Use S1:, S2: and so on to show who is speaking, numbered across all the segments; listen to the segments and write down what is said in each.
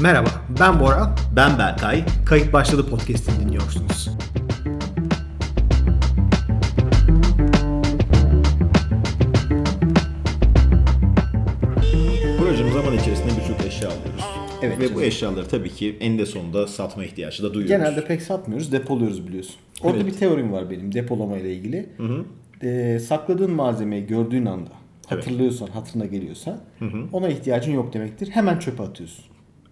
S1: Merhaba, ben Bora.
S2: Ben Berkay.
S1: Kayıt Başladı podcast'ini dinliyorsunuz.
S2: Buracığım zaman içerisinde birçok eşya alıyoruz.
S3: Evet.
S2: Ve bu eşyaları tabii ki eninde sonunda satma ihtiyacı da duyuyoruz.
S3: Genelde pek satmıyoruz, depoluyoruz biliyorsun. Orada
S2: Evet.
S3: bir teorim var benim depolama ile ilgili. Ee, sakladığın malzemeyi gördüğün anda hatırlıyorsan, hatırına geliyorsa ona ihtiyacın yok demektir. Hemen çöpe atıyorsun.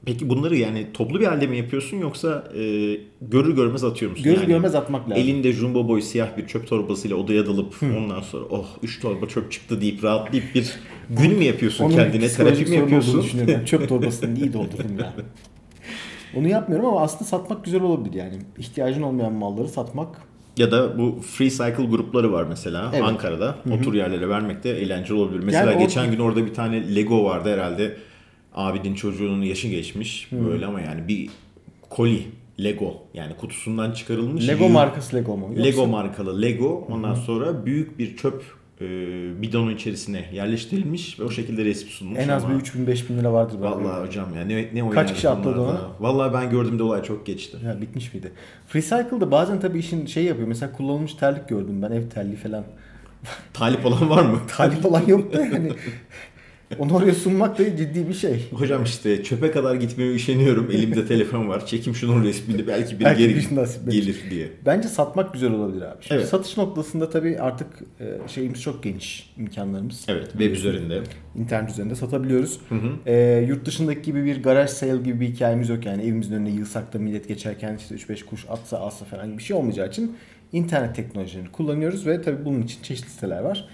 S2: Peki bunları yani toplu bir halde mi yapıyorsun yoksa e, görür görmez atıyor musun?
S3: Görür
S2: Yani
S3: görmez atmak lazım.
S2: Elinde jumbo boy siyah bir çöp torbasıyla odaya dalıp ondan sonra oh 3 torba çöp çıktı deyip rahatlayıp bir gün mü yapıyorsun
S3: Onun
S2: kendine?
S3: psikolojik
S2: Terapi
S3: sorun
S2: mi
S3: olduğunu
S2: yapıyorsun?
S3: düşünüyorum. Ben çöp torbasını iyi doldurdum ya. Onu yapmıyorum ama aslında satmak güzel olabilir yani. İhtiyacın olmayan malları satmak
S2: Ya da bu free cycle grupları var mesela
S3: Evet.
S2: Ankara'da. O tür yerlere vermek de eğlenceli olabilir. Mesela
S3: Yani o-
S2: geçen gün orada bir tane Lego vardı herhalde. Abinin çocuğunun yaşı geçmiş böyle ama yani bir koli Lego yani kutusundan çıkarılmış.
S3: Lego
S2: yığın-
S3: markası Lego mu? Yoksa-
S2: Lego markalı Lego ondan sonra büyük bir çöp e, bidonun içerisine yerleştirilmiş ve o şekilde resim sunmuş.
S3: En az
S2: ama-
S3: bir 3000-5000 lira vardır. bende.
S2: Vallahi hocam ya ne, ne
S3: Kaç kişi
S2: oynarız
S3: atladı
S2: bunlarla?
S3: ona?
S2: Vallahi ben gördüğümde olay çok geçti.
S3: Ya bitmiş miydi? Freecycle'da bazen tabii işin şey yapıyor. Mesela kullanılmış terlik gördüm ben ev terliği falan.
S2: Talip olan var mı?
S3: Talip olan yok da yani. Onu oraya sunmak da ciddi bir şey.
S2: Hocam işte çöpe kadar gitmeye üşeniyorum. Elimde telefon var. Çekim şunun resmini belki bir
S3: Belki
S2: geri
S3: bir şey nasip verir.
S2: gelir diye.
S3: Bence satmak güzel olabilir abi. Şimdi
S2: Evet.
S3: Satış noktasında tabii artık e, şeyimiz çok geniş imkanlarımız.
S2: Evet web üzerinde.
S3: İnternet üzerinde satabiliyoruz. E, yurt dışındaki gibi bir garaj sale gibi bir hikayemiz yok. Yani evimizin önüne yığsak da millet geçerken işte 3-5 kuş atsa alsa falan gibi bir şey olmayacağı için internet teknolojilerini kullanıyoruz ve tabii bunun için çeşitli siteler var.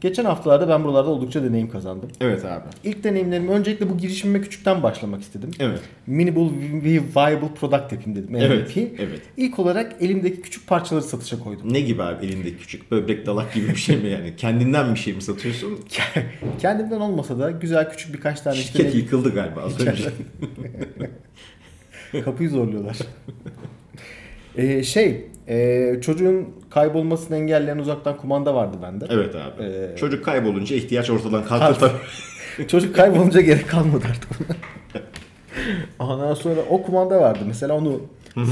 S3: Geçen haftalarda ben buralarda oldukça deneyim kazandım.
S2: Evet abi.
S3: İlk deneyimlerim öncelikle bu girişimime küçükten başlamak istedim.
S2: Evet.
S3: Minimal Viable Product yapayım dedim. MVP.
S2: Evet, evet.
S3: İlk olarak elimdeki küçük parçaları satışa koydum.
S2: Ne gibi abi elindeki küçük böbrek dalak gibi bir şey mi yani? Kendinden bir şey mi satıyorsun?
S3: Kendimden olmasa da güzel küçük birkaç tane işte
S2: Şirket yıkıldı galiba az önce.
S3: ne- kapıyı zorluyorlar. Ee, şey, e, çocuğun kaybolmasını engelleyen uzaktan kumanda vardı bende.
S2: Evet abi.
S3: Ee,
S2: Çocuk kaybolunca ihtiyaç ortadan kalktı tabii.
S3: Çocuk kaybolunca gerek kalmadı artık. Ondan sonra o kumanda vardı. Mesela onu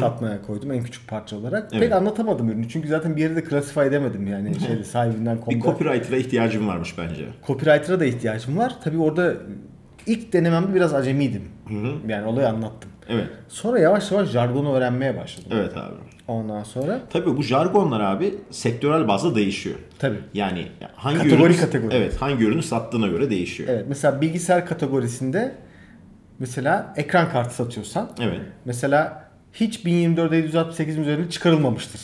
S3: satmaya koydum en küçük parça olarak.
S2: Evet.
S3: Pek anlatamadım ürünü. Çünkü zaten bir yere de classify edemedim yani şeyde sahibinden
S2: Bir
S3: komda.
S2: copywriter'a ihtiyacım varmış bence.
S3: Copywriter'a da ihtiyacım var. Tabii orada ilk denememde biraz acemiydim. Yani olayı anlattım.
S2: Evet.
S3: Sonra yavaş yavaş jargonu öğrenmeye başladım.
S2: Evet abi.
S3: Ondan sonra
S2: Tabii bu jargonlar abi sektörel bazda değişiyor.
S3: tabii.
S2: Yani hangi
S3: Kategori
S2: ürünü,
S3: kategori.
S2: Evet, hangi ürünü sattığına göre değişiyor.
S3: Evet mesela bilgisayar kategorisinde mesela ekran kartı satıyorsan
S2: evet.
S3: mesela hiç 1024 768 üzerine çıkarılmamıştır.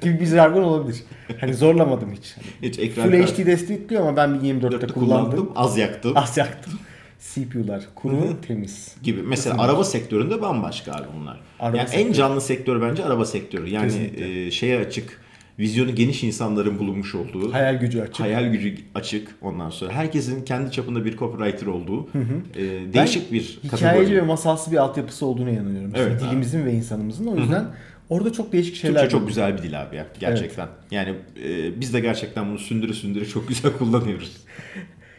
S3: gibi bir jargon olabilir. Hani zorlamadım hiç.
S2: Hiç ekran
S3: Full
S2: kartı-
S3: HD destekliyor ama ben 1024'te kullandım.
S2: az yaktım
S3: Az yaktım. CPU'lar kuru temiz.
S2: gibi. Mesela araba sektöründe bambaşka abi bunlar.
S3: Araba
S2: yani en
S3: sektörü.
S2: canlı sektör bence araba sektörü. Yani
S3: Kesinlikle.
S2: e, şeye açık, vizyonu geniş insanların bulunmuş olduğu,
S3: Hayal gücü açık.
S2: hayal gücü açık ondan sonra. Herkesin kendi çapında bir copywriter olduğu e, değişik bir
S3: Hikayeci ve
S2: kategori.
S3: masalsı bir altyapısı olduğuna inanıyorum. Bizim
S2: Evet abi.
S3: dilimizin ve insanımızın. O yüzden orada çok değişik şeyler
S2: Türkçe çok
S3: var.
S2: güzel bir dil abi ya gerçekten. Yani e, biz de gerçekten bunu sündüre sündüre çok güzel kullanıyoruz.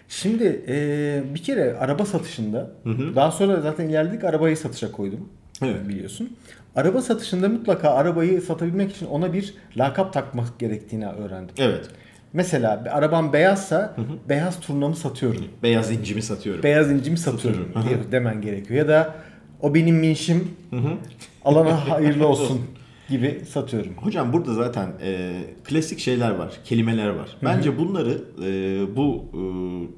S3: Şimdi eee, bir kere araba satışında daha sonra zaten ilerledik arabayı satışa koydum.
S2: Evet.
S3: Biliyorsun. Araba satışında mutlaka arabayı satabilmek için ona bir lakap takmak gerektiğini öğrendim.
S2: Evet.
S3: Mesela bir arabam beyazsa beyaz turnamı satıyorum.
S2: Beyaz incimi satıyorum.
S3: Beyaz incimi satıyorum diye demen gerekiyor. Ya da o benim minşim alana hayırlı olsun gibi satıyorum.
S2: Hocam burada zaten e, klasik şeyler var, kelimeler var. Bence bunları e, bu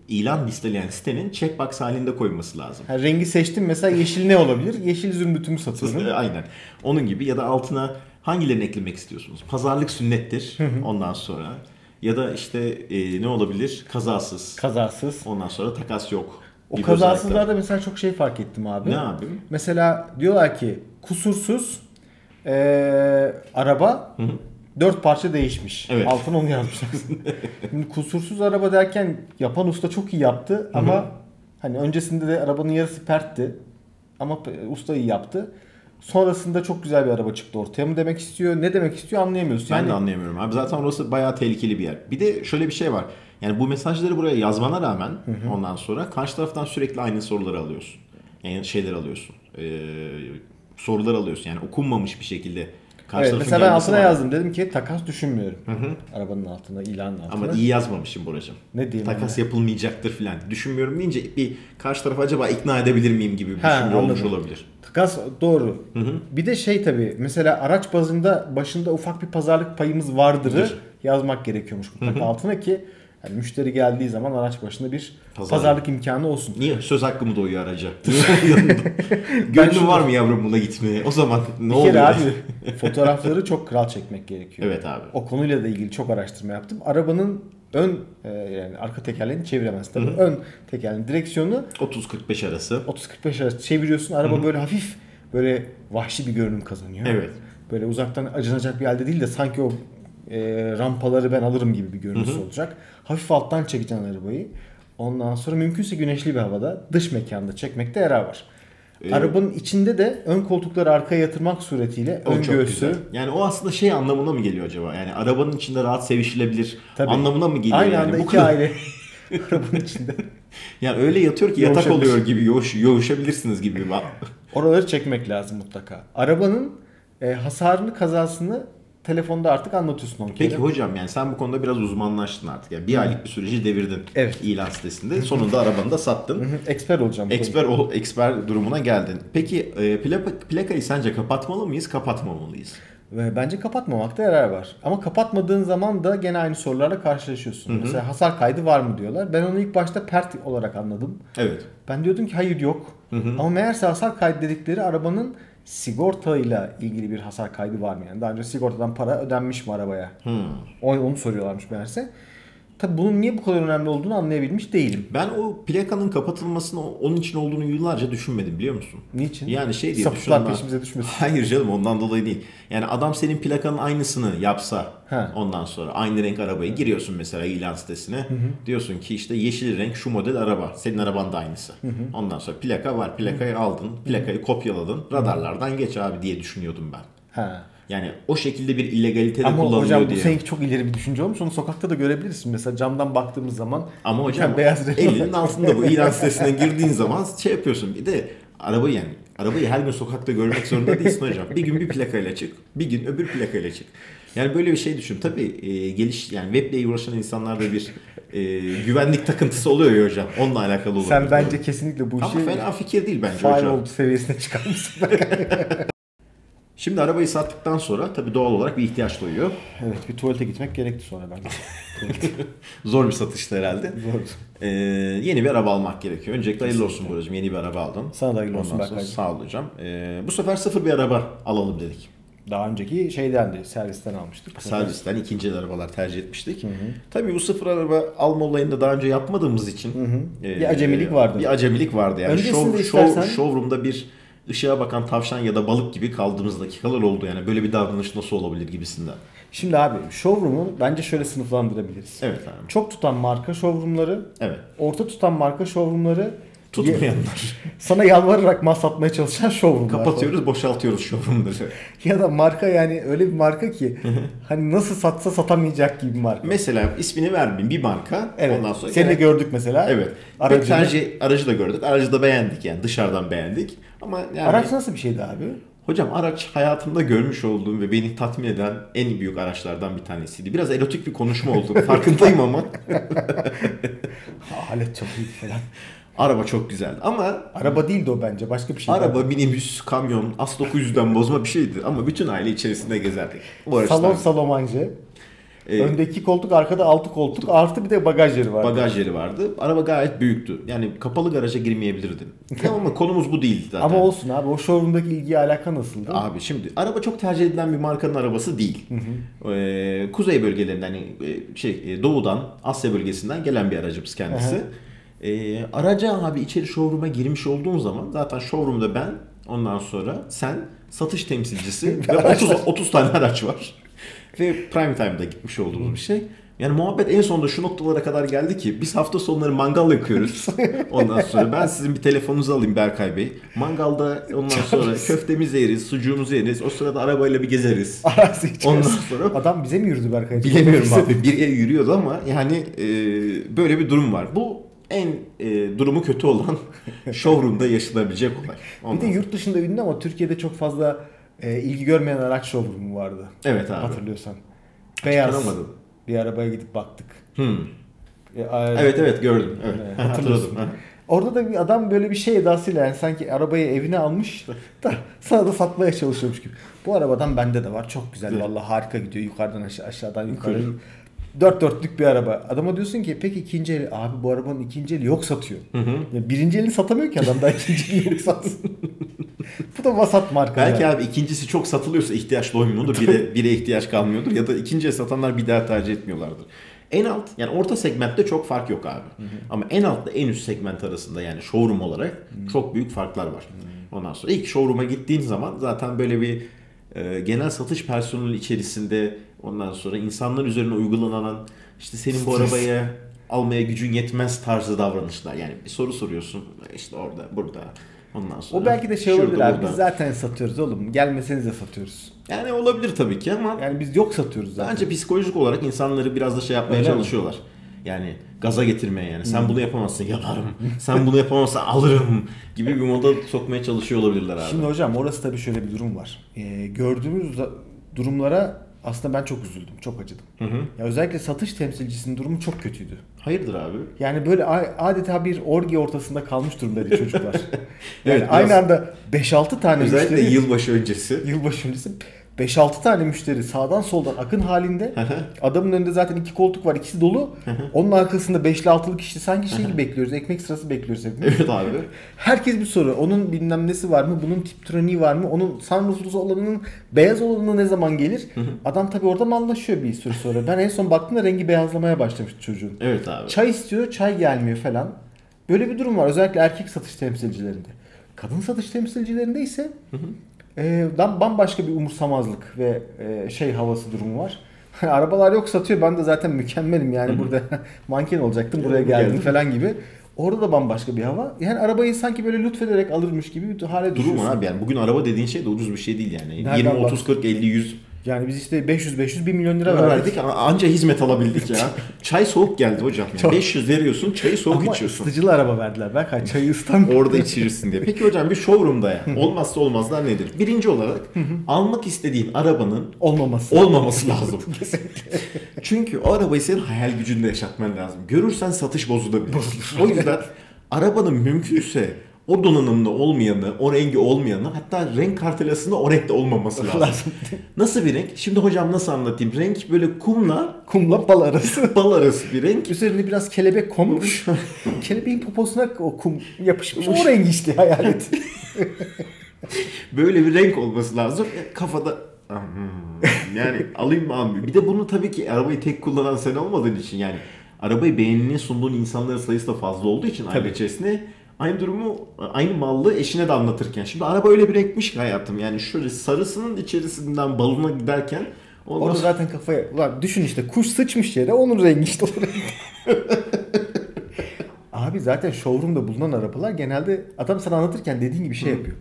S2: e, ilan listeleyen sitenin checkbox halinde koyması lazım.
S3: Ha, rengi seçtim mesela yeşil ne olabilir? Yeşil zümrütümü
S2: E,
S3: satıyorum.
S2: Aynen. Onun gibi ya da altına hangilerini eklemek istiyorsunuz? Pazarlık sünnettir ondan sonra. Ya da işte e, ne olabilir? Kazasız.
S3: Kazasız.
S2: Ondan sonra takas yok.
S3: O
S2: gibi
S3: kazasızlarda mesela çok şey fark ettim abi.
S2: Ne abi?
S3: Mesela diyorlar ki kusursuz eee, araba dört parça değişmiş.
S2: Evet.
S3: Altına onu yazmışlar. Şimdi kusursuz araba derken yapan usta çok iyi yaptı ama hani öncesinde de arabanın yarısı pertti ama pe- usta iyi yaptı. Sonrasında çok güzel bir araba çıktı ortaya mı demek istiyor, ne demek istiyor anlayamıyorsun.
S2: Ben
S3: Yani
S2: de anlayamıyorum abi. Zaten orası bayağı tehlikeli bir yer. Bir de şöyle bir şey var. Yani bu mesajları buraya yazmana rağmen ondan sonra karşı taraftan sürekli aynı soruları alıyorsun. Yani şeyler alıyorsun. Ee, sorular alıyorsun. Yani okunmamış bir şekilde karşı
S3: Evet,
S2: tarafın
S3: mesela ben
S2: gelmesi
S3: altına
S2: var.
S3: yazdım dedim ki takas düşünmüyorum. Arabanın altına, ilanın altına.
S2: Ama iyi yazmamışım Boracığım.
S3: Ne diyeyim
S2: Takas yapılmayacaktır filan. Düşünmüyorum deyince bir karşı tarafı acaba ikna edebilir miyim gibi bir
S3: Ha,
S2: düşünce olmuş
S3: anladım.
S2: olabilir.
S3: Takas doğru. Bir de şey tabii mesela araç bazında başında ufak bir pazarlık payımız vardırı yazmak gerekiyormuş mutlaka altına ki yani müşteri geldiği zaman araç başında bir
S2: Pazarlık.
S3: pazarlık, imkanı olsun.
S2: Niye? Söz hakkı mı doğuyor araca? Yanında. Gönlün
S3: şunu-
S2: var mı yavrum buna gitmeye? O zaman ne
S3: bir
S2: oluyor?
S3: kere abi fotoğrafları çok kral çekmek gerekiyor.
S2: Evet abi.
S3: O konuyla da ilgili çok araştırma yaptım. Arabanın ön e, yani arka tekerleğini çeviremez tabii. Ön tekerleğin direksiyonu
S2: 30-45 arası.
S3: 30-45 arası çeviriyorsun. Araba böyle hafif böyle vahşi bir görünüm kazanıyor.
S2: Evet.
S3: Böyle uzaktan acınacak bir halde değil de sanki o e, rampaları ben alırım gibi bir görüntüsü olacak. Hafif alttan çekeceksin arabayı. Ondan sonra mümkünse güneşli bir havada dış mekanda çekmekte yarar var.
S2: Ee,
S3: Arabanın içinde de ön koltukları arkaya yatırmak suretiyle
S2: O
S3: ön
S2: çok
S3: göğsü
S2: güzel. Yani o aslında şey anlamına mı geliyor acaba? Yani arabanın içinde rahat sevişilebilir
S3: Tabii.
S2: anlamına mı geliyor?
S3: aynı
S2: yani?
S3: anda
S2: Bu
S3: iki
S2: kadar-
S3: aile arabanın içinde.
S2: Yani öyle yatıyor ki yatak
S3: Yoğuşabilir.
S2: oluyor gibi, yoğuş, yoğuşabilirsiniz gibi.
S3: Oraları çekmek lazım mutlaka. Arabanın e, hasarını kazasını telefonda artık anlatıyorsun on
S2: Peki
S3: kere.
S2: hocam yani sen bu konuda biraz uzmanlaştın artık. Yani bir aylık bir süreci devirdin
S3: Evet.
S2: ilan sitesinde. Sonunda arabanı da sattın.
S3: Hı, Eksper olacağım. bu
S2: Eksper ol, eksper durumuna geldin. Peki e, plaka, plakayı sence kapatmalı mıyız, kapatmamalıyız?
S3: Ve bence kapatmamakta yarar var. Ama kapatmadığın zaman da gene aynı sorularla karşılaşıyorsun. Mesela hasar kaydı var mı diyorlar. Ben onu ilk başta pert olarak anladım.
S2: Evet.
S3: Ben diyordum ki hayır yok. Ama meğerse hasar kaydı dedikleri arabanın sigortayla ilgili bir hasar kaydı var mı? Yani daha önce sigortadan para ödenmiş mi arabaya? Onu, onu soruyorlarmış meğerse. Tabi bunun niye bu kadar önemli olduğunu anlayabilmiş değilim.
S2: Ben o plakanın kapatılmasını onun için olduğunu yıllarca düşünmedim biliyor musun?
S3: Niçin?
S2: Yani şey diye
S3: Sapıklar
S2: düşündüm ben.
S3: peşimize düşmesin.
S2: Hayır canım ondan dolayı değil. Yani adam senin plakanın aynısını yapsa
S3: Ha.
S2: ondan sonra aynı renk arabaya giriyorsun mesela ilan sitesine. Diyorsun ki işte yeşil renk şu model araba. Senin araban da aynısı. Ondan sonra plaka var. Plakayı aldın. Plakayı kopyaladın. Radarlardan geç abi diye düşünüyordum ben.
S3: Ha.
S2: Yani o şekilde bir illegalite de
S3: Ama
S2: kullanılıyor
S3: hocam bu
S2: diye.
S3: seninki çok ileri bir düşünce olmuş. Onu sokakta da görebilirsin. Mesela camdan baktığımız zaman
S2: Ama hocam
S3: Yani beyaz renk-
S2: elinin altında bu ilan sitesine girdiğin zaman şey yapıyorsun. Bir de arabayı yani arabayı her gün sokakta görmek zorunda değilsin hocam. Bir gün bir plakayla çık, bir gün öbür plakayla çık. Yani böyle bir şey düşün. Tabii e, geliş yani weble uğraşan insanlarda bir e, güvenlik takıntısı oluyor ya hocam. Onunla alakalı olabilir.
S3: sen bence kesinlikle bu
S2: ama
S3: işi
S2: fena fikir değil bence hocam.
S3: firewall seviyesine çıkarmışsın.
S2: Şimdi arabayı sattıktan sonra tabii doğal olarak bir ihtiyaç duyuyor.
S3: evet bir tuvalete gitmek gerekti sonra bence.
S2: Zor bir satıştı herhalde.
S3: Doğru.
S2: Ee, yeni bir araba almak gerekiyor. Öncelikle hayırlı olsun Buracığım. Yeni bir araba aldın.
S3: Sana da hayırlı
S2: Ondan
S3: olsun
S2: sonra
S3: Berkaycığım.
S2: Sağ ol hocam. Ee, bu sefer sıfır bir araba alalım dedik.
S3: Daha önceki şeyden de servisten almıştık.
S2: Servisten ikinci el arabalar tercih etmiştik. Tabii bu sıfır araba alma olayını da daha önce yapmadığımız için e,
S3: Bir acemilik vardı.
S2: Bir acemilik vardı yani.
S3: Öncesinde
S2: Show,
S3: istersen-
S2: show- showroom'da bir ışığa bakan tavşan ya da balık gibi kaldığımız dakikalar oldu yani. Böyle bir davranış nasıl olabilir gibisinden.
S3: Şimdi abi showroom'u bence şöyle sınıflandırabiliriz.
S2: Evet abi.
S3: Çok tutan marka showroom'ları,
S2: Evet.
S3: orta tutan marka showroom'ları,
S2: Tutmayanlar.
S3: sana yalvararak mal satmaya çalışan showroom'lar.
S2: Kapatıyoruz, boşaltıyoruz showroom'ları.
S3: Ya da marka yani öyle bir marka ki hani nasıl satsa satamayacak gibi bir marka.
S2: Mesela ismini vermeyeyim bir marka.
S3: Evet.
S2: Ondan sonra
S3: Seni de gördük mesela.
S2: Evet.
S3: Aracını.
S2: Pek tercih, aracı da gördük. Aracı da beğendik yani dışarıdan beğendik. Ama yani
S3: Araç nasıl bir şeydi abi?
S2: hocam araç hayatımda görmüş olduğum ve beni tatmin eden en büyük araçlardan bir tanesiydi. Biraz erotik bir konuşma oldu. Farkındayım ama
S3: Alet çok iyiydi falan.
S2: araba çok güzeldi. Ama
S3: Araba değildi o bence. Başka bir şey.
S2: araba, minibüs, kamyon, As-900'den bozma bir şeydi. Ama bütün aile içerisinde gezerdik. Bu araçlar.
S3: Salon salomancı.
S2: Ee,
S3: Öndeki koltuk, arkada altı koltuk. Artı bir de bagaj yeri vardı.
S2: bagaj yeri vardı. Araba gayet büyüktü. Yani kapalı garaja girmeyebilirdin. ama konumuz bu değildi zaten.
S3: Ama olsun abi. O showroom'daki ilgi alaka nasıldı?
S2: Abi şimdi araba çok tercih edilen bir markanın arabası değil. Ee, kuzey bölgelerinden hani, e, şey e, doğudan Asya bölgesinden gelen bir aracımız kendisi. Ee, araca abi içeri showroom'a girmiş olduğun zaman zaten showroom'da ben ondan sonra sen satış temsilcisi ve 30, 30 tane araç var. ve prime time'da gitmiş olduğumuz bir şey. Yani muhabbet en sonunda şu noktalara kadar geldi ki biz hafta sonları mangal yakıyoruz. Ondan sonra ben sizin bir telefonunuzu alayım Berkay Bey. Mangalda ondan sonra köftemizi yeriz, sucuğumuzu yeriz. O sırada arabayla bir gezeriz.
S3: Arazi içiyoruz.
S2: Ondan sonra-
S3: Adam bize mi yürüdü Berkay?
S2: Bilemiyorum abi. Bir el yürüyordu ama yani e, böyle bir durum var. Bu en e, durumu kötü olan showroom'da yaşanabilecek olay.
S3: Bir
S2: Ondan
S3: de yurt dışında ünlü ama Türkiye'de çok fazla e, ilgi görmeyen araç showroom'u vardı.
S2: Evet abi.
S3: Hatırlıyorsan. Beyaz.
S2: Çıkaramadım.
S3: Bir arabaya gidip baktık.
S2: Hmm.
S3: E, a-
S2: Evet evet gördüm. Evet.
S3: Evet,
S2: Hatırladım.
S3: hatırlıyorsun. Orada da bir adam böyle bir şey edasıyla yani sanki arabayı evine almış da sana da satmaya çalışıyormuş gibi. Bu arabadan bende de var. Çok güzel.
S2: Evet.
S3: Vallahi harika gidiyor. Yukarıdan aşağı, aşağıdan yukarı.
S2: Yukarı.
S3: Dört dörtlük bir araba. Adama diyorsun ki peki ikinci eli. Abi bu arabanın ikinci eli yok satıyor. Ya birinci elini satamıyor ki adam daha ikinci elini yok satsın. bu da vasat marka.
S2: Belki
S3: yani.
S2: abi ikincisi çok satılıyorsa ihtiyaç doymuyordur. Bire, bire ihtiyaç kalmıyordur. Ya da ikinciye satanlar bir daha tercih etmiyorlardır. En alt yani orta segmentte çok fark yok abi. Ama en altla en üst segment arasında yani showroom olarak çok büyük farklar var. Ondan sonra ilk showroom'a gittiğin zaman zaten böyle bir e, genel satış personeli içerisinde ondan sonra insanlar üzerine uygulanan işte senin bu
S3: Stres.
S2: arabaya almaya gücün yetmez tarzı davranışlar. Yani bir soru soruyorsun işte orada burada ondan sonra.
S3: O belki de şey
S2: şurada,
S3: olabilir abi.
S2: burada.
S3: Biz zaten satıyoruz oğlum. Gelmeseniz de satıyoruz.
S2: Yani olabilir tabii ki ama
S3: Yani biz yok satıyoruz zaten.
S2: bence psikolojik olarak insanları biraz da şey yapmaya
S3: Öyle mi? Hmm.
S2: çalışıyorlar. Yani gaza getirmeye yani. Sen bunu yapamazsın yaparım. Sen bunu yapamazsan alırım gibi bir moda sokmaya çalışıyor olabilirler abi.
S3: Şimdi hocam orası tabii şöyle bir durum var. Ee, gördüğümüz da- durumlara aslında ben çok üzüldüm, çok acıdım. Ya özellikle satış temsilcisinin durumu çok kötüydü.
S2: Hayırdır abi?
S3: Yani böyle a- adeta bir orgi ortasında kalmış durumdaydı çocuklar. yani
S2: biraz-
S3: aynı anda 5-6 tane
S2: Özellikle
S3: müşteri,
S2: yılbaşı öncesi.
S3: yılbaşı öncesi 5-6 tane müşteri sağdan soldan akın halinde. Adamın önünde zaten iki koltuk var, ikisi dolu. Onun arkasında 5'li 6'lı kişi sanki şey gibi bekliyoruz, ekmek sırası bekliyoruz hepimiz.
S2: Evet abi.
S3: Herkes bir soru. Onun bilmem nesi var mı? Bunun tiptroniği var mı? Onun sunrooflusu olanının beyaz olanı ne zaman gelir? Adam tabii orada mallaşıyor bir sürü sonra. Ben en son baktığımda rengi beyazlamaya başlamıştı çocuğun.
S2: Evet abi.
S3: Çay istiyor, çay gelmiyor falan. Böyle bir durum var. Özellikle erkek satış temsilcilerinde. Kadın satış temsilcilerinde ise e, dam- bambaşka bir umursamazlık ve e, şey havası durumu var. Arabalar yok satıyor. Ben de zaten mükemmelim yani burada manken olacaktım buraya
S2: Geldim.
S3: geldim falan gibi. Orada da bambaşka bir hava. Yani arabayı sanki böyle lütfederek alırmış gibi bir hale
S2: Durum
S3: düşüyorsun.
S2: abi yani bugün araba dediğin şey de ucuz bir şey değil yani.
S3: Nereden
S2: 20, 30, 40, 50, 100
S3: Yani biz işte 500 500 1 milyon lira
S2: lira
S3: verdik.
S2: verdik ama anca hizmet alabildik ya. Çay soğuk geldi hocam. Yani
S3: Çok.
S2: 500 veriyorsun çayı soğuk
S3: Ama
S2: içiyorsun.
S3: ısıtıcılı araba verdiler. Belki çayı ısıtan
S2: Orada içirirsin diye. Peki hocam bir showroom'da ya. Olmazsa olmazlar nedir? Birinci olarak almak istediğin arabanın
S3: olmaması.
S2: olmaması lazım. Çünkü o arabayı senin hayal gücünde yaşatman lazım. Görürsen satış bozulabilir. o yüzden arabanın mümkünse o donanımda olmayanı, o rengi olmayanı hatta renk kartelasında o renkte olmaması lazım.
S3: Lazım.
S2: nasıl bir renk? Şimdi hocam nasıl anlatayım? Renk böyle kumla
S3: Kumla bal arası.
S2: bal arası bir renk.
S3: Üzerine biraz kelebek konmuş. Kelebeğin poposuna o kum yapışmış. O rengi işte hayal et.
S2: böyle bir renk olması lazım. E, Kafada "Ah, hmm." yani alayım mı almayayım. mı? Bir de bunu tabii ki arabayı tek kullanan sen olmadığın için yani arabayı beğenine sunduğun insanların sayısı da fazla olduğu için aile içerisinde aynı durumu aynı mallı eşine de anlatırken. Şimdi araba öyle bir renkmiş ki hayatım yani şöyle sarısının içerisinden balına giderken ondan
S3: Orada
S2: sonra-
S3: zaten kafaya ulan düşün işte kuş sıçmış yere onun rengi işte o renk. Abi zaten showroom'da bulunan arabalar genelde adam sana anlatırken dediğin gibi şey yapıyor.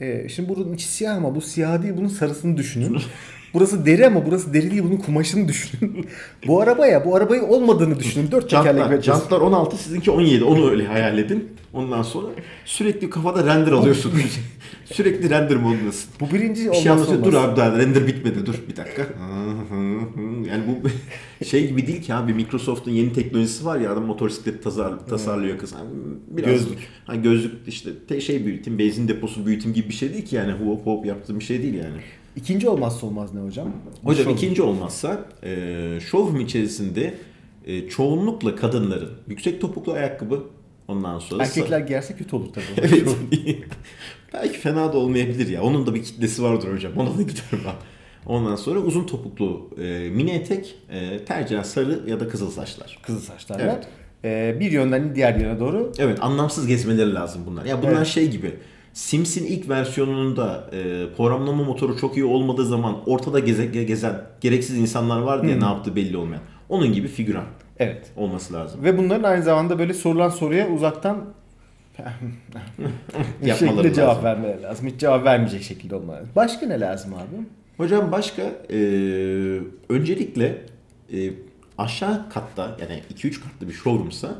S3: Ee, şimdi bunun içi siyah ama bu siyah değil bunun sarısını düşünün. Burası deri ama burası deri değil bunun kumaşını düşünün. bu araba ya bu arabayı olmadığını düşünün. Dört tekerlek
S2: Jantlar,
S3: ve
S2: jantlar 16, sizinki 17. Onu öyle hayal edin. Ondan sonra sürekli kafada render alıyorsun. sürekli render modundasın.
S3: Bu birinci
S2: Bir
S3: olmazsa
S2: şey anlatıyor. Dur
S3: olmaz.
S2: abi daha render bitmedi. Dur bir dakika. Yani bu şey gibi değil ki abi. Microsoft'un yeni teknolojisi var ya. Adam motosiklet tasar, tasarlıyor kız. Yani biraz,
S3: Hmm. Gözlük.
S2: Ha, gözlük işte te- şey büyüteyim. Benzin deposu büyüteyim gibi bir şey değil ki yani. Hop hop yaptığım bir şey değil yani.
S3: İkinci olmazsa olmaz ne hocam?
S2: Hocam
S3: Showroom.
S2: ikinci olmazsa e, showroom içerisinde e, çoğunlukla kadınların yüksek topuklu ayakkabı ondan sonra
S3: Erkekler giyerse kötü olur tabii.
S2: Evet. Belki fena da olmayabilir ya. Onun da bir kitlesi vardır hocam. Ona da gider ben. Ondan sonra uzun topuklu e, mini etek, e, tercihen sarı ya da kızıl saçlar.
S3: Kızıl saçlarla.
S2: Evet.
S3: Ee, bir yönden diğer yöne doğru
S2: Evet anlamsız gezmeleri lazım bunlar. Ya bunlar
S3: Evet.
S2: şey gibi. Sims'in ilk versiyonunda e, programlama motoru çok iyi olmadığı zaman ortada geze, gezen gereksiz insanlar vardı ya ne yaptığı belli olmayan. Onun gibi figüran
S3: Evet.
S2: olması lazım.
S3: Ve bunların aynı zamanda böyle sorulan soruya uzaktan bir
S2: Yapmaları
S3: şekilde cevap
S2: lazım.
S3: vermeleri lazım. Hiç cevap vermeyecek şekilde olmaları lazım. Başka ne lazım abi?
S2: Hocam başka e, öncelikle e, aşağı katta yani 2-3 katlı bir showroomsa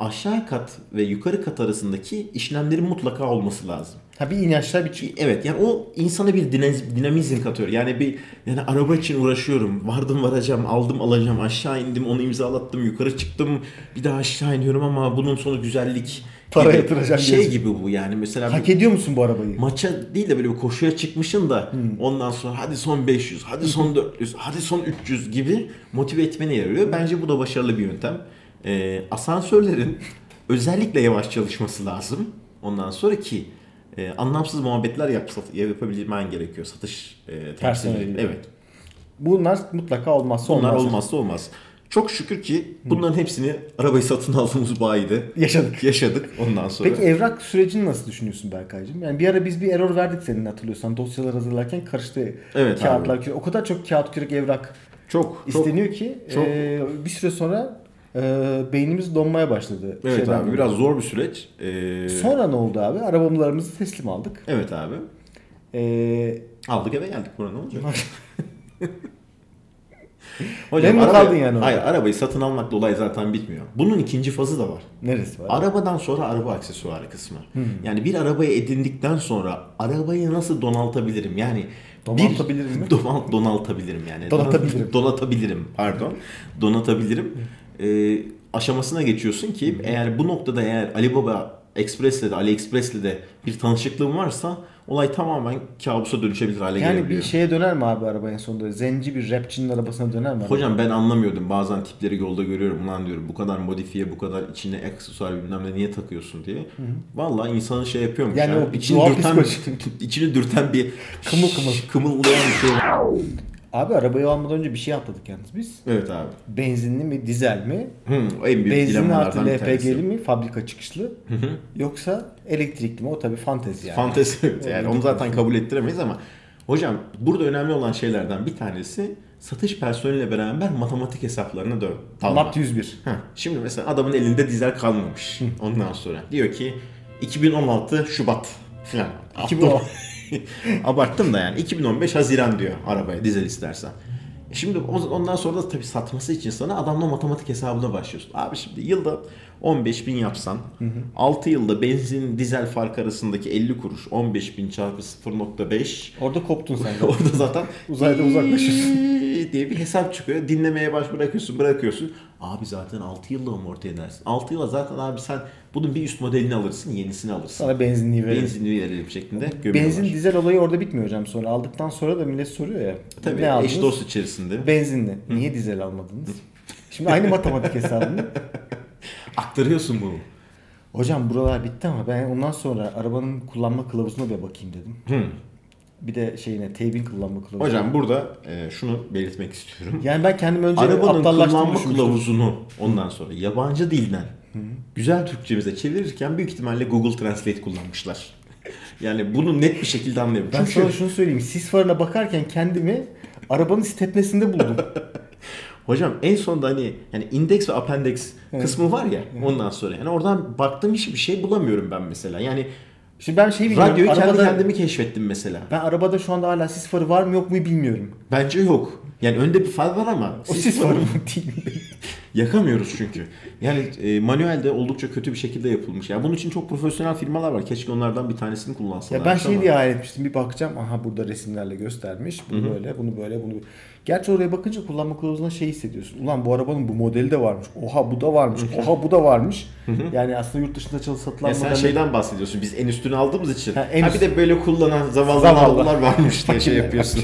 S2: aşağı kat ve yukarı kat arasındaki işlemlerin mutlaka olması lazım.
S3: Ha bir in aşağı bir çık.
S2: Ki- Evet yani o insana bir dinaz- dinamizm katıyor. Yani bir yani araba için uğraşıyorum. Vardım varacağım, aldım alacağım, aşağı indim, onu imzalattım, yukarı çıktım. Bir daha aşağı iniyorum ama bunun sonu güzellik.
S3: Para
S2: gibi.
S3: yatıracağım
S2: Şey
S3: diyorsun.
S2: gibi bu yani mesela bir
S3: Hak ediyor musun bu arabayı?
S2: maça değil de böyle bir koşuya çıkmışın da
S3: Hmm.
S2: ondan sonra hadi son 500, hadi son 400, hadi son 300 gibi motive etmene yarıyor. Bence bu da başarılı bir yöntem. Ee, asansörlerin özellikle yavaş çalışması lazım. Ondan sonra ki e, anlamsız muhabbetler yap, yapabilmen gerekiyor. Satış e, temsilcileri.
S3: Personeli.
S2: Evet.
S3: Bunlar mutlaka olmazsa
S2: Bunlar
S3: olmaz.
S2: olmazsa olmaz. Çok şükür ki bunların hepsini arabayı satın aldığımız bayide
S3: Hmm. Yaşadık.
S2: yaşadık ondan sonra.
S3: Peki evrak sürecini nasıl düşünüyorsun Berkay'cığım? Yani bir ara biz bir error verdik senin hatırlıyorsan. Dosyalar hazırlarken karıştı
S2: Evet
S3: kağıtlar. kürek. O kadar çok kağıt kürek evrak
S2: çok çok
S3: isteniyor ki
S2: çok.
S3: e, bir süre sonra e, beynimiz donmaya başladı.
S2: Evet
S3: Şeyden
S2: abi
S3: dolayı.
S2: biraz zor bir süreç. Ee,
S3: Sonra ne oldu abi? Arabalarımızı teslim aldık.
S2: Evet abi.
S3: E,
S2: Aldık eve geldik buna ne olacak?
S3: Memnun
S2: arabayı-
S3: kaldın yani orada.
S2: Hayır arabayı satın almakla olay zaten bitmiyor. Bunun ikinci fazı da var.
S3: neresi var? Hmm.
S2: Arabadan sonra araba aksesuarı kısmı. Yani bir arabayı edindikten sonra arabayı nasıl donaltabilirim? Yani
S3: Donaltabilirim mi?
S2: bir, Donal- donaltabilirim yani.
S3: Donatabilirim.
S2: Donatabilirim pardon. Donatabilirim. Ee, aşamasına geçiyorsun ki
S3: Hmm.
S2: eğer bu noktada eğer Alibaba Express'le de AliExpress'le de bir tanışıklığın varsa olay tamamen kabusa dönüşebilir hale
S3: yani
S2: gelebiliyor.
S3: bir şeye döner mi abi araba en sonunda? Zenci bir rapçinin arabasına döner mi?
S2: Hocam ben anlamıyordum. Bazen tipleri yolda görüyorum. Ulan diyorum bu kadar modifiye, bu kadar içine aksesuar bilmem ne niye takıyorsun diye. Vallahi insanı şey yapıyormuş.
S3: Yani o
S2: içini
S3: doğal
S2: dürten,
S3: psikoloji.
S2: içini dürten bir
S3: Kımıl kımıl.
S2: kımıldayan bir şey var.
S3: Abi arabayı almadan önce bir şey atladık yalnız biz.
S2: Evet abi.
S3: Benzinli mi, dizel mi?
S2: Hı, o en büyük
S3: Benzinli artı
S2: dilemmalardan bir tanesi.
S3: LPG'li mi fabrika çıkışlı yoksa elektrikli mi o tabi fantezi yani.
S2: Fantezi evet. yani onu zaten kabul ettiremeyiz ama hocam burada önemli olan şeylerden bir tanesi satış personeliyle beraber matematik hesaplarını dön.
S3: Mat 101.
S2: Heh, Şimdi mesela adamın elinde dizel kalmamış. Ondan sonra diyor ki 2016 Şubat falan.
S3: 2010.
S2: Abarttım da yani 2015 Haziran diyor arabaya dizel istersen. E Şimdi o- ondan sonra da tabii satması için sana adamla matematik hesabına başlıyorsun. Abi şimdi yılda 15 bin yapsan, 6 yılda benzin dizel fark arasındaki 50 kuruş, 15 bin çarpı 0.5
S3: Orada koptun sen. de.
S2: Orada zaten
S3: Uzayda uzaklaşıyorsun.
S2: diye bir hesap çıkıyor. Dinlemeye baş bırakıyorsun bırakıyorsun. Abi zaten 6 yılla mı ortaya dersin? 6 yıla zaten abi sen bunun bir üst modelini alırsın yenisini alırsın.
S3: Sana benzinliği verelim. Benzin,
S2: Benzinli verelim şeklinde gömüyorlar.
S3: dizel olayı orada bitmiyor hocam sonra. Aldıktan sonra da millet soruyor ya.
S2: Tabii
S3: ne aldınız?
S2: eş dost içerisinde.
S3: Benzinli. Niye dizel almadınız? Şimdi aynı matematik hesabını.
S2: Aktarıyorsun bunu.
S3: Hocam buralar bitti ama ben ondan sonra arabanın kullanma kılavuzuna bir bakayım dedim. Bir de şeyine teybin kullanma kılavuzu.
S2: Hocam burada e, şunu belirtmek istiyorum.
S3: Yani ben kendim önce
S2: Arabanın
S3: aptallaştığımı
S2: kullanma
S3: düşünmüştüm.
S2: kılavuzunu ondan sonra yabancı dilden güzel Türkçemize çevirirken büyük ihtimalle Google Translate kullanmışlar. Yani bunu net bir şekilde anlayabiliyorum.
S3: Ben
S2: Çünkü-
S3: sana şunu söyleyeyim. Sis farına bakarken kendimi arabanın sitepnesinde buldum.
S2: Hocam en sonda hani yani indeks ve appendix kısmı var ya ondan sonra yani oradan baktığım hiçbir şey bulamıyorum ben mesela. Yani
S3: Şimdi ben şey bilmiyorum.
S2: radyoyu kendi
S3: arabada,
S2: kendimi keşfettim mesela.
S3: Ben arabada şu anda hala sis farı var mı yok mu bilmiyorum.
S2: Bence yok. Yani önde bir far var ama
S3: O
S2: siz
S3: sis, farı mı değil mi?
S2: yakamıyoruz çünkü. Yani e, manuelde oldukça kötü bir şekilde yapılmış. Yani bunun için çok profesyonel firmalar var. Keşke onlardan bir tanesini kullansalar.
S3: Ya ben şey diye hayal etmiştim. Bir bakacağım. Aha burada resimlerle göstermiş. Bunu böyle, bunu böyle, bunu Gerçi oraya bakınca kullanma kılavuzuna şey hissediyorsun. Ulan bu arabanın bu modeli de varmış. Oha bu da varmış. Oha bu da varmış. yani aslında yurt dışında çalı satılan
S2: Ya sen
S3: modeller-
S2: şeyden bahsediyorsun. Biz en üstünü aldığımız için.
S3: Ha,
S2: Ha,
S3: en üst-
S2: bir de böyle kullanan
S3: Zavallı.
S2: zavallı zavallılar varmış diye şey yapıyorsun.